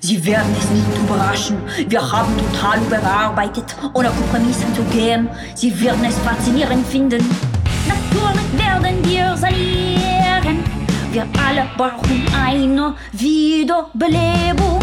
Sie werden es nicht überraschen. Wir haben total überarbeitet, ohne Kompromisse zu gehen. Sie werden es faszinierend finden. Natürlich werden wir salieren. Wir alle brauchen eine Wiederbelebung.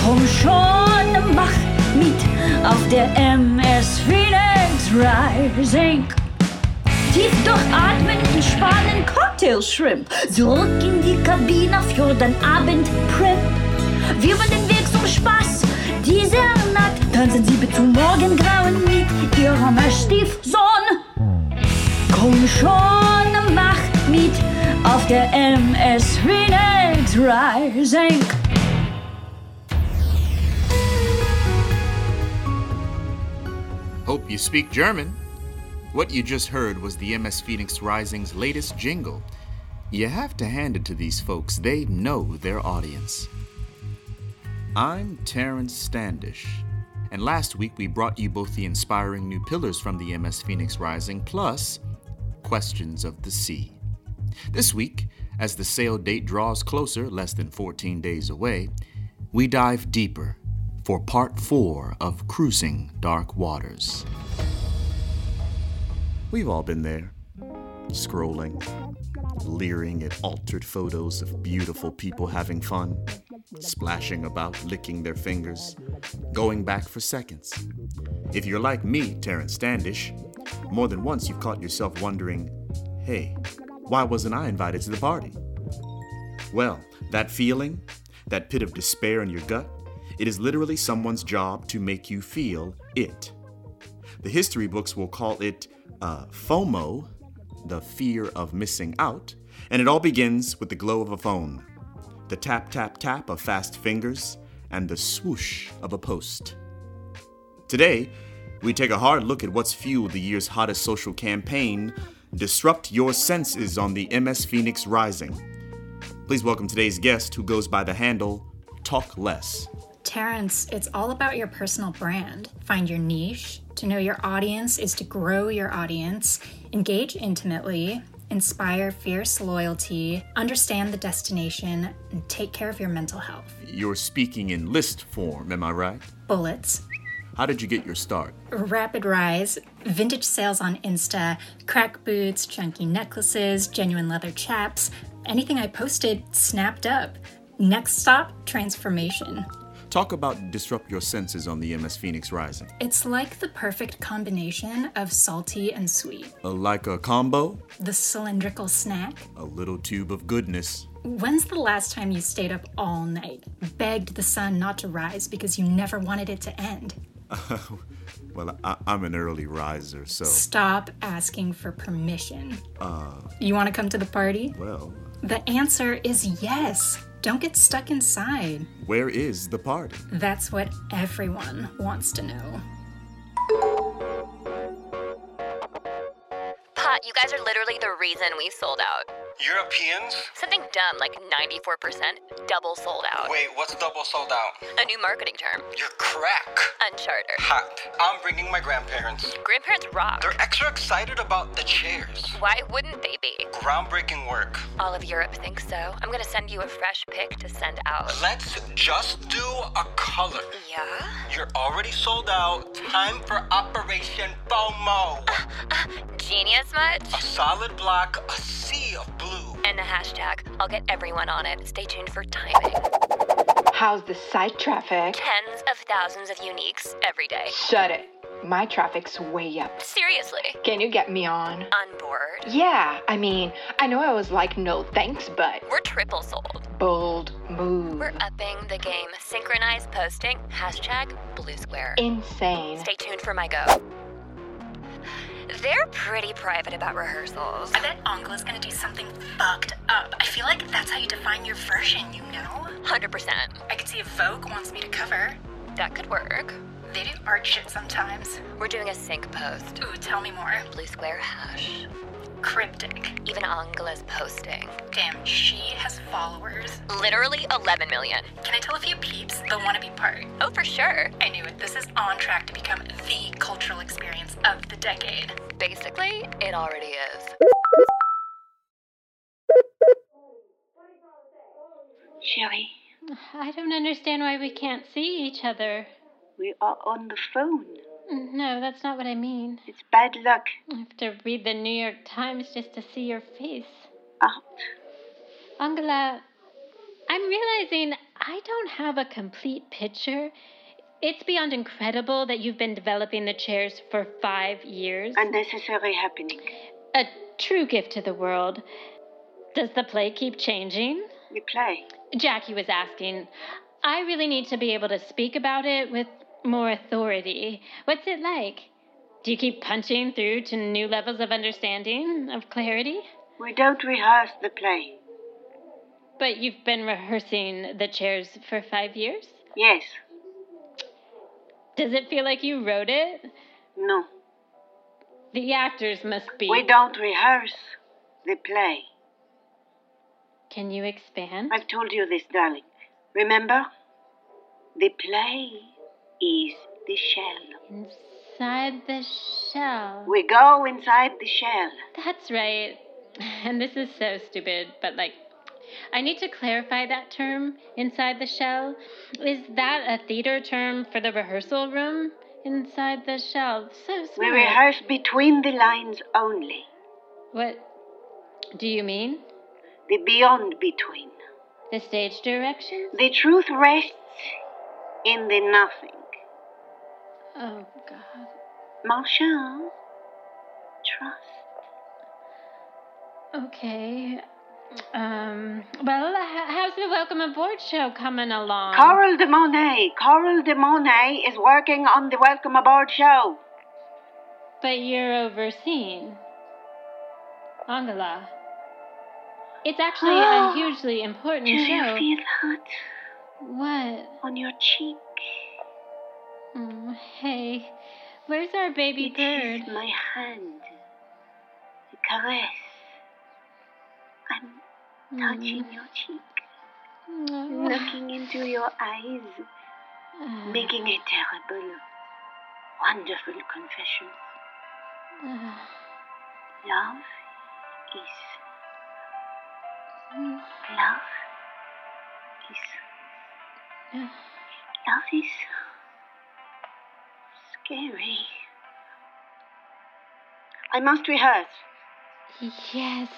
Komm schon, mach mit auf der MS Phoenix Rising. Tief durchatmen, entspannen, Cocktail Shrimp. Zurück in die Kabine für den Abend Prep. Wir über den Weg zum Spaß dieser Nacht. Tanzen Sie bis zum Morgengrauen mit Ihrem Stiefsohn. Komm schon, mach mit auf der MS Phoenix Rising. Hope you speak German. What you just heard was the MS Phoenix Rising's latest jingle. You have to hand it to these folks, they know their audience. I'm Terrence Standish, and last week we brought you both the inspiring new pillars from the MS Phoenix Rising plus Questions of the Sea. This week, as the sale date draws closer, less than 14 days away, we dive deeper for part four of Cruising Dark Waters. We've all been there, scrolling, leering at altered photos of beautiful people having fun, splashing about, licking their fingers, going back for seconds. If you're like me, Terrence Standish, more than once you've caught yourself wondering, hey, why wasn't I invited to the party? Well, that feeling, that pit of despair in your gut, it is literally someone's job to make you feel it. The history books will call it uh, FOMO, the fear of missing out, and it all begins with the glow of a phone, the tap tap tap of fast fingers, and the swoosh of a post. Today, we take a hard look at what's fueled the year's hottest social campaign Disrupt Your Senses on the MS Phoenix Rising. Please welcome today's guest who goes by the handle Talk Less. Terrence, it's all about your personal brand. Find your niche. To know your audience is to grow your audience, engage intimately, inspire fierce loyalty, understand the destination, and take care of your mental health. You're speaking in list form, am I right? Bullets, How did you get your start? rapid rise, vintage sales on Insta, crack boots, chunky necklaces, genuine leather chaps. Anything I posted snapped up. Next stop, transformation. Talk about Disrupt Your Senses on the MS Phoenix Rising. It's like the perfect combination of salty and sweet. Uh, like a combo, The cylindrical snack. a little tube of goodness. When's the last time you stayed up all night, begged the sun not to rise because you never wanted it to end? Well, I- I'm an early riser, so. uh, Stop asking for permission. you want to come to the party? Well, The answer is yes. Don't get stuck inside. where is the party? That's what everyone wants to know. Pat, you guys are literally the reason we sold out. Europeans? Something dumb like 94% double sold out. Wait, what's double sold out? A new marketing term, You're crack. uncharted. Hot. I'm bringing my grandparents. Grandparents rock. They're extra excited about the chairs. Why wouldn't they be? Groundbreaking work. All of Europe thinks so. I'm gonna send you a fresh pick to send out. Let's just do a color. Yeah? You're already sold out. Time for Operation FOMO. Genius much? A solid block, a sea of blue. And the hashtag. I'll get everyone on it. Stay tuned for timing. How's the site traffic? Tens of thousands of uniques every day. Shut it. My traffic's way up. Seriously. Can you get me on? On board. Yeah, I mean, I know I was like, no thanks, but We're triple sold. bold move. We're upping the game. Synchronized posting. Hashtag blue square. Insane. Stay tuned for my go. They're pretty private about rehearsals. I bet Angla's gonna do something fucked up. I feel like that's how you define your version, you know? 100%. I could see if Vogue wants me to cover. That could work. They do art shit sometimes. We're doing a sync post. Ooh, tell me more. Blue square hash. Cryptic. Even Angela's posting. Damn, she has followers. Literally 11 million. Can I tell a few peeps the wannabe part? Oh, for sure. I knew it. This is on track to become the cultural experience of the decade. Basically, it already is. Shelly, I don't understand why we can't see each other. We are on the phone. No, that's not what I mean. It's bad luck. I have to read the New York Times just to see your face. Ah, Angela, I'm realizing I don't have a complete picture. It's beyond incredible that you've been developing the chairs for five years. unnecessary happening. a true gift to the world. Does the play keep changing? We play. Jackie was asking. I really need to be able to speak about it with more authority. What's it like? Do you keep punching through to new levels of understanding, of clarity? We don't rehearse the play. But you've been rehearsing the chairs for five years? Yes. Does it feel like you wrote it? No. The actors must be. We don't rehearse the play. Can you expand? I've told you this, darling. Remember? The play is the shell. Inside the shell. We go inside the shell. That's right. And this is so stupid, but like, I need to clarify that term, inside the shell. Is that a theater term for the rehearsal room? Inside the shell. So We smart. rehearse between the lines only, What do you mean? the beyond between. The stage direction? The truth rests in the nothing. Oh, God. Marchand, trust. Okay. Um, well, h- how's the Welcome Aboard show coming along? Coral de Monet. Coral de Monet is working on the Welcome Aboard show. But you're overseeing. Angela. It's actually a hugely important Ah, Do you show. feel that What? on your cheek? Oh, hey, where's our baby It bird? is my hand. The caress. I'm Mm. Mm. touching your cheek, Oh. looking into your eyes, Ah, making a terrible, wonderful confession. ah. Love is. Love is. Love is. scary. I must rehearse. Yes.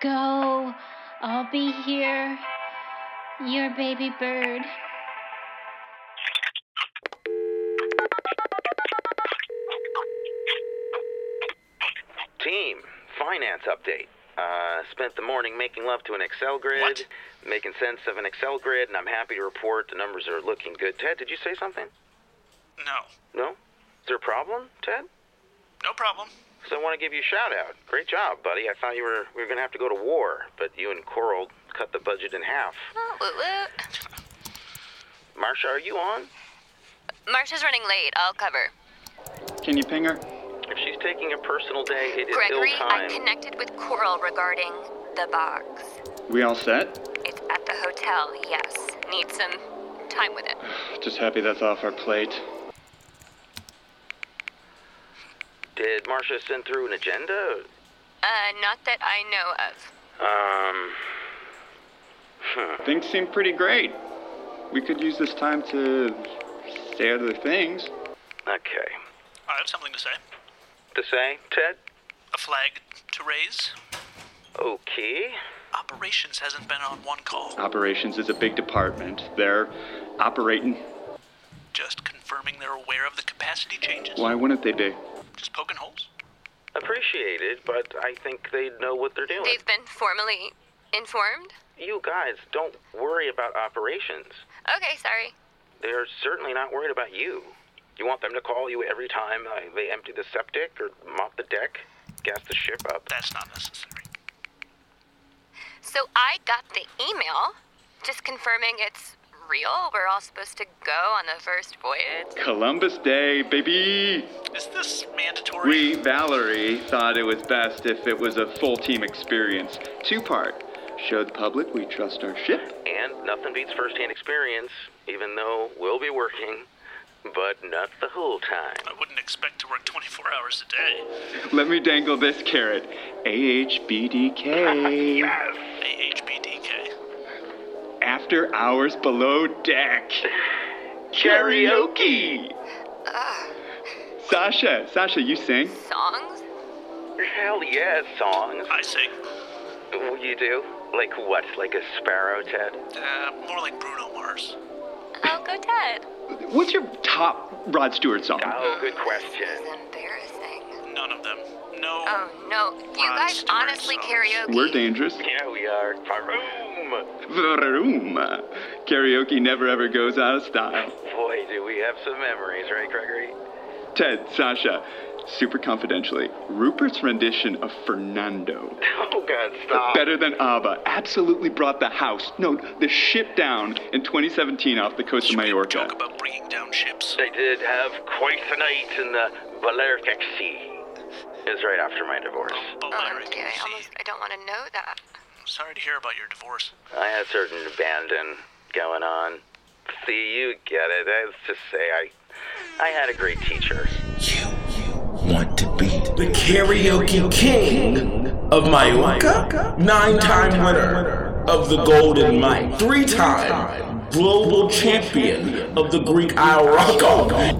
Go. I'll be here. Your baby bird. Team, finance update. Uh, spent the morning making love to an Excel grid, making sense of an Excel grid, and I'm happy to report the numbers are looking good. Ted, did you say something? No, No? Is there a problem, Ted? no problem. So I want to give you a shout out. Great job, buddy. I thought you were we were gonna have to go to war, but you and Coral cut the budget in half. Oh, woot woot. Marsha, are you on? Marsha's running late. I'll cover. Can you ping her? If she's taking a personal day, it is Gregory, ill I time. connected with Coral regarding the box. We all set? It's at the hotel, yes. Need some time with it. Just happy that's off our plate. Did Marsha send through an agenda? Uh, not that I know of. Um. Hmm. Things seem pretty great. We could use this time to say other things. Okay. I have something to say. To say, Ted? A flag to raise. Okay. Operations hasn't been on one call. Operations is a big department. They're operating. Just confirming they're aware of the capacity changes. Why wouldn't they be? Just poking holes. Appreciated, but I think they know what they're doing. They've been formally informed? You guys don't worry about operations. Okay, sorry. They're certainly not worried about you. You want them to call you every time uh, they empty the septic or mop the deck, gas the ship up. That's not necessary. So I got the email just confirming it's real. We're all supposed to go on the first voyage. Columbus Day, baby! Is this mandatory? We, Valerie, thought it was best if it was a full team experience. Two part. Show the public we trust our ship. And nothing beats firsthand experience, even though we'll be working, but not the whole time. I wouldn't expect to work 24 hours a day. Let me dangle this carrot. AHBDK. Yes! AHBDK. after hours below deck. Karaoke! Sasha, Sasha, you sing? Songs? Hell yeah, songs. I sing. Well, you do? Like what? Like a sparrow, Ted? Uh, more like Bruno Mars. Oh, go Ted. What's your top Rod Stewart song? Oh, good question. Embarrassing. None of them. No. Oh no, you guys honestly karaoke. We're dangerous. Yeah, we are. Vroom. Vroom. Karaoke never ever goes out of style. Boy, do we have some memories, right, Gregory? Ted, Sasha, super confidentially, Rupert's rendition of Fernando. Oh God, stop. Better than ABBA. Absolutely brought the house, no, the ship down in 2017 off the coast of Majorca. about bringing down ships. They did have quite the night in the Balearic Sea. It was right after my divorce. Oh, Okay, I almost I don't want to know that. Sorry to hear about your divorce. I had certain abandon going on. See, you get it. Let's just say I, I had a great teacher. want to be the karaoke king of Majorca, nine-time winner of the Golden Mike, three-time global champion of the Greek Isle Rocco. Pirate?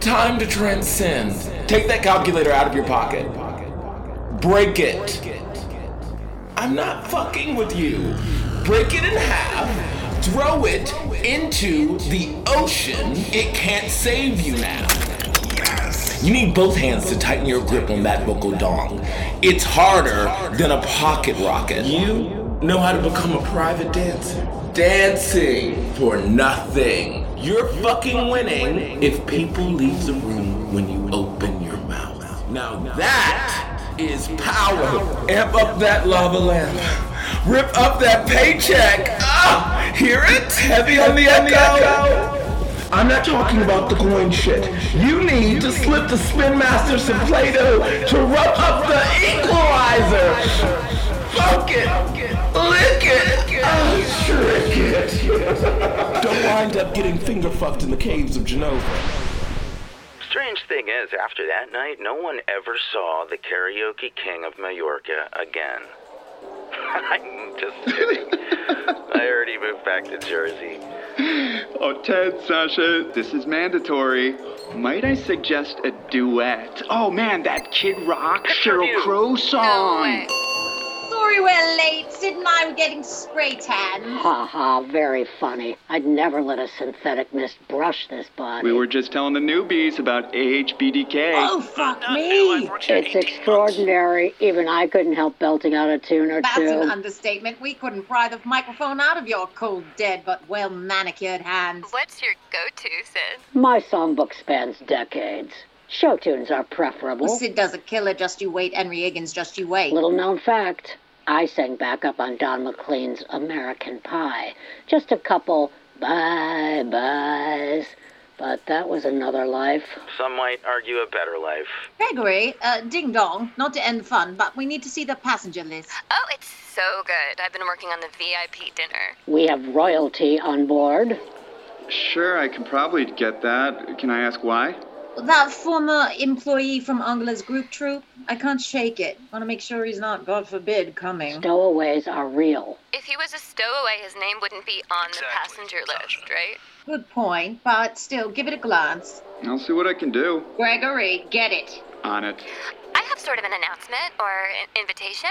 Time to transcend. Take that calculator out of your pocket. Break it. I'm not fucking with you. Break it in half. Throw it into the ocean. It can't save you now. You need both hands to tighten your grip on that vocal dong. It's harder than a pocket rocket. You know how to become a private dancer. Dancing for nothing. You're fucking winning if people leave the room when you open your mouth. Now that is power. Amp up that lava lamp. Rip up that paycheck. Ah, hear it? Heavy on the echo. I'm not talking about the coin shit. You need to slip the Spin Master some Play-Doh to rub up the equalizer. Fuck it. Lick it. Oh, shrink it. Don't wind up getting finger fucked in the caves of Genova. Strange thing is, after that night, no one ever saw the karaoke king of Majorca again. I'm just kidding. I already moved back to Jersey. Oh, Ted, Sasha, this is mandatory. Might I suggest a duet? Oh man, that Kid Rock, Cheryl Crow song. Sorry we're late. Sid and I were getting spray tan. Ha ha, very funny. I'd never let a synthetic mist brush this body. we were just telling the newbies about AHBDK. Oh, fuck me! It's extraordinary. Even I couldn't help belting out a tune or That's an two. understatement. We couldn't pry the microphone out of your cold, dead, but well manicured hands. What's your go-to, Sid? My songbook spans decades. Show tunes are preferable. Well, Oh, Sid does a killer. Just you wait, Henry Higgins. Just you wait. Little known fact I sang backup on Don McLean's American Pie. Just a couple bye byes. But that was another life. Some might argue a better life. Gregory, uh, ding dong. Not to end the fun, but we need to see the passenger list. Oh, it's so good. I've been working on the VIP dinner. We have royalty on board. Sure, I can probably get that. Can I ask why? That former employee from Angela's group troop. I can't shake it. Want to make sure he's not, God forbid, coming. Stowaways are real. If he was a stowaway, his name wouldn't be on the passenger list, right? Good point, but still, give it a glance. I'll see what I can do Gregory, get it. on it. I have sort of an announcement or an invitation.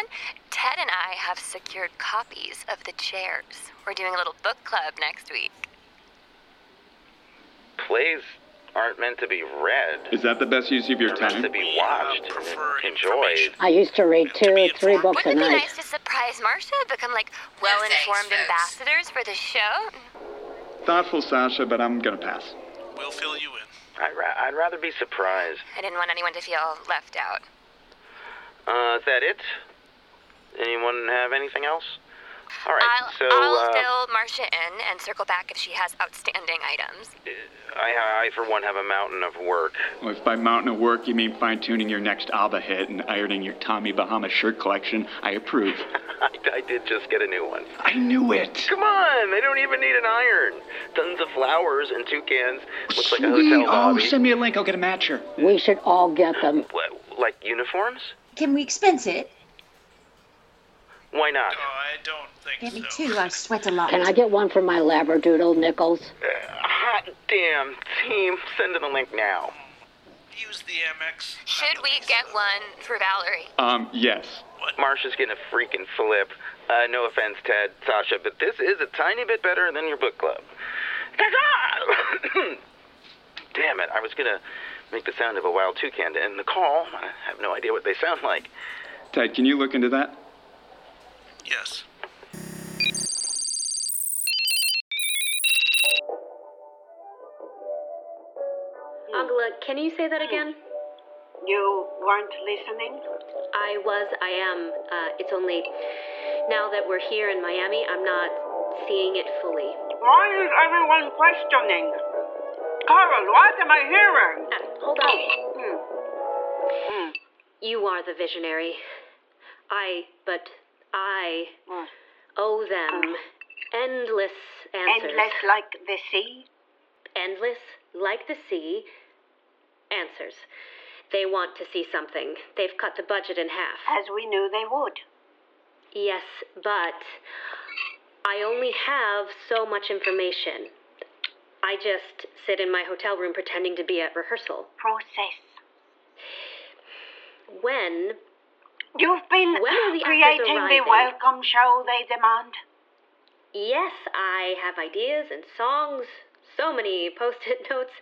Ted and I have secured copies of the chairs. We're doing a little book club next week. Plays aren't meant to be read. Is that the best use of your They're meant time? to be watched, and enjoyed. I used to read two or three books a Wouldn't it be night. nice to surprise Marcia, become like well-informed ambassadors for the show? Thoughtful, Sasha, but I'm gonna pass. We'll fill you in. I'd, ra- I'd rather be surprised. I didn't want anyone to feel left out. Uh, is that it? Anyone have anything else? All right, I'll, so I'll uh, fill Marcia in and circle back if she has outstanding items. I, I, for one, have a mountain of work. Well, if by mountain of work you mean fine tuning your next ABBA hit and ironing your Tommy Bahama shirt collection, I approve. I, I did just get a new one. I knew it. Come on, they don't even need an iron. Tons of flowers and toucans. Looks like a Sweet. hotel Oh, lobby. send me a link. I'll get a matcher. We should all get them. What, like uniforms? Can we expense it? Why not? Get me two. I sweat a lot. Can I get one for my Labradoodle, Nichols? Hot damn team, send them a link now. Should we get one for Valerie? Um, yes. Marsha's getting a freaking flip. Uh, no offense, Ted, Sasha, but this is a tiny bit better than your book club. Damn it, I was gonna make the sound of a wild toucan to end the call. I have no idea what they sound like. Ted, can you look into that? Yes. Angela, can you say that again? You weren't listening? I was, I am. Uh, it's only now that we're here in Miami, I'm not seeing it fully. Why is everyone questioning? Carol, what am I hearing? Hold on. Hmm. You are the visionary. I, but I owe them endless answers. Endless like the sea? endless, like the sea, answers. They want to see something. They've cut the budget in half. As we knew they would. Yes, but I only have so much information. I just sit in my hotel room pretending to be at rehearsal. Process. When You've been When are the actors creating arriving? the welcome show they demand. Yes, I have ideas and songs, so many post-it notes.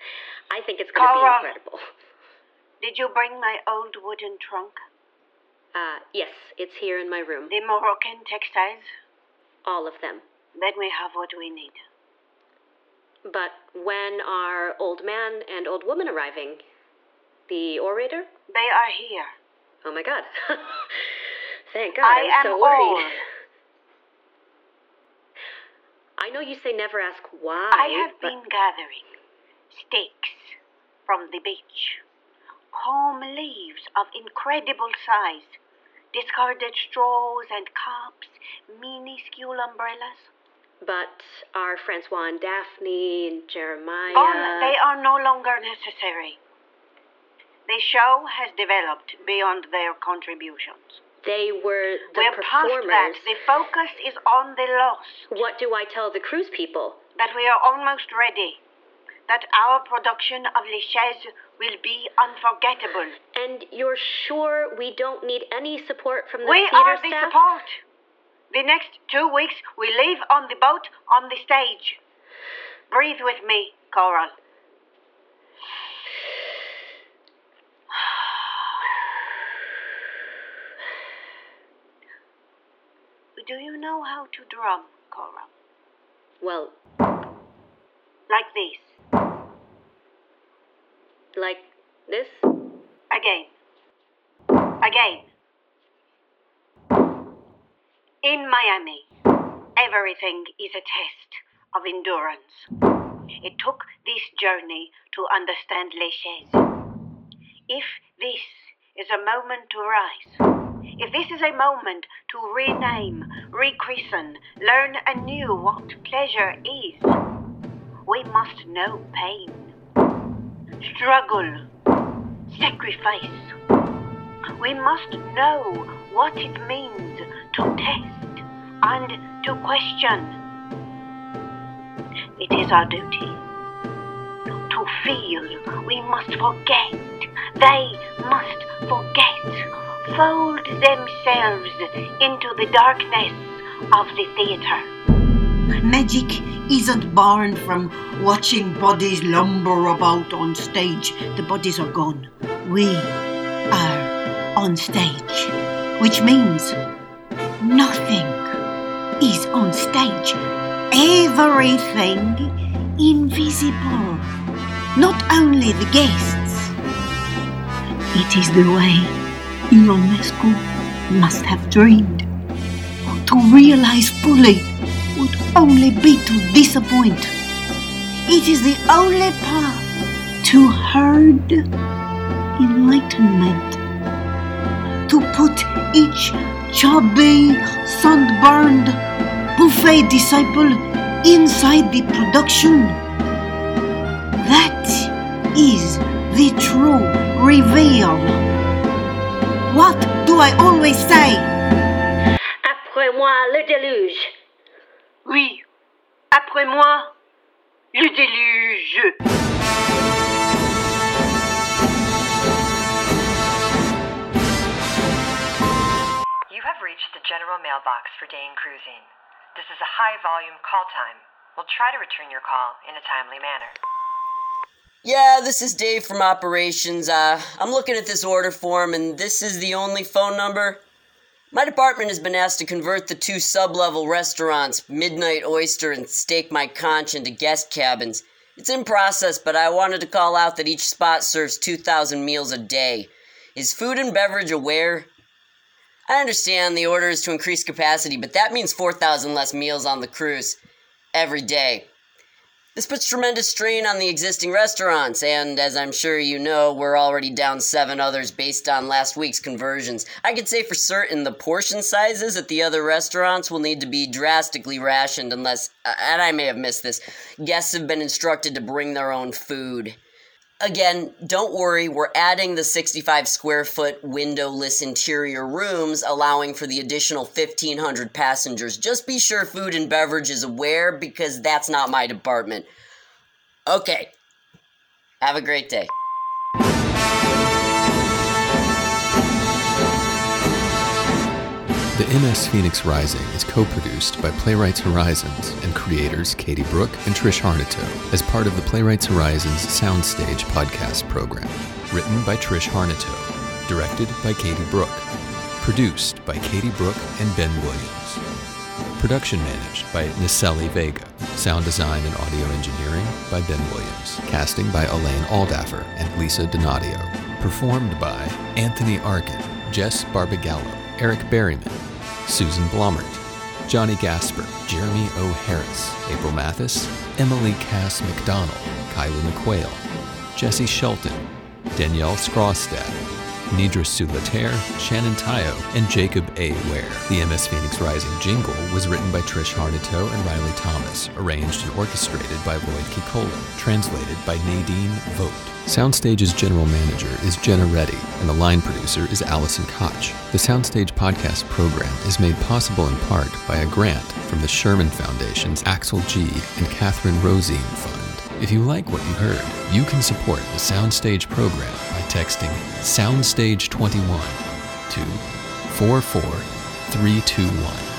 I think it's going to be Cara. incredible. Did you bring my old wooden trunk? Uh, yes, it's here in my room. The Moroccan textiles? All of them. Then we have what we need. But when are old man and old woman arriving? The orator? They are here. Oh my god. Thank god. I was am so worried. old. I know you say never ask why. I have but- been gathering sticks from the beach, palm leaves of incredible size, discarded straws and cups, minuscule umbrellas. But are Francois and Daphne and Jeremiah. Gone, they are no longer necessary. The show has developed beyond their contributions. They were the We're past performers. that. The focus is on the loss, What do I tell the cruise people? that we are almost ready, that our production of Les Chaises will be unforgettable. And you're sure we don't need any support from the we theater are the staff? support. The next two weeks, we leave on the boat on the stage. Breathe with me, Coral. Do you know how to drum, Coral? Well, Like this. like this? Again. Again. In Miami, everything is a test of endurance. It took this journey to understand Les Chaises. If this is a moment to rise, if this is a moment to rename, rechristen, learn anew what pleasure is, we must know pain, struggle, sacrifice. We must know what it means to test and to question. It is our duty to feel. We must forget. They must forget. Fold themselves into the darkness of the theater. Magic isn't born from watching bodies lumber about on stage. The bodies are gone. We are on stage, which means nothing is on stage. Everything invisible. Not only the guests. It is the way Ionescu must have dreamed. To realize fully would only be to disappoint. It is the only path to herd enlightenment, to put each chubby, sunburned buffet disciple inside the production. That is the true reveal. What do I always say? Après moi, le déluge. Oui, après moi, le déluge. You have reached the general mailbox for Dane Cruising. This is a high volume call time. We'll try to return your call in a timely manner. Yeah, this is Dave from operations. Uh, I'm looking at this order form, and this is the only phone number. My department has been asked to convert the two sub-level restaurants, Midnight Oyster and Steak My Conch, into guest cabins. It's in process, but I wanted to call out that each spot serves 2,000 meals a day. Is food and beverage aware? I understand the order is to increase capacity, but that means 4,000 less meals on the cruise every day. This puts tremendous strain on the existing restaurants, and as I'm sure you know, we're already down seven others based on last week's conversions. I can say for certain the portion sizes at the other restaurants will need to be drastically rationed unless, uh, and I may have missed this, guests have been instructed to bring their own food. Again, don't worry, we're adding the 65 square foot windowless interior rooms, allowing for the additional 1,500 passengers. Just be sure food and beverage is aware because that's not my department. Okay, have a great day. The MS Phoenix Rising is co produced by Playwrights Horizons and creators Katie Brook and Trish Harnito as part of the Playwrights Horizons Soundstage podcast program. Written by Trish Harnito, directed by Katie Brook, produced by Katie Brook and Ben Williams. Production managed by Niseli Vega, sound design and audio engineering by Ben Williams, casting by Elaine Aldaffer and Lisa Donadio, performed by Anthony Arkin, Jess Barbagallo. Eric Berryman, Susan Blomert, Johnny Gasper, Jeremy O. Harris, April Mathis, Emily Cass McDonald, Kyla McQuail, Jesse Shelton, Danielle Scrawstad, Nidra Sulater, Shannon Tayo, and Jacob A. Ware. The MS Phoenix Rising jingle was written by Trish Harnito and Riley Thomas, arranged and orchestrated by Lloyd Kikola, translated by Nadine Vogt. Soundstage's general manager is Jenna Reddy, and the line producer is Allison Koch. The Soundstage podcast program is made possible in part by a grant from the Sherman Foundation's Axel G. and Catherine Rosine Fund. If you like what you heard, you can support the Soundstage program by texting Soundstage21 to 44321.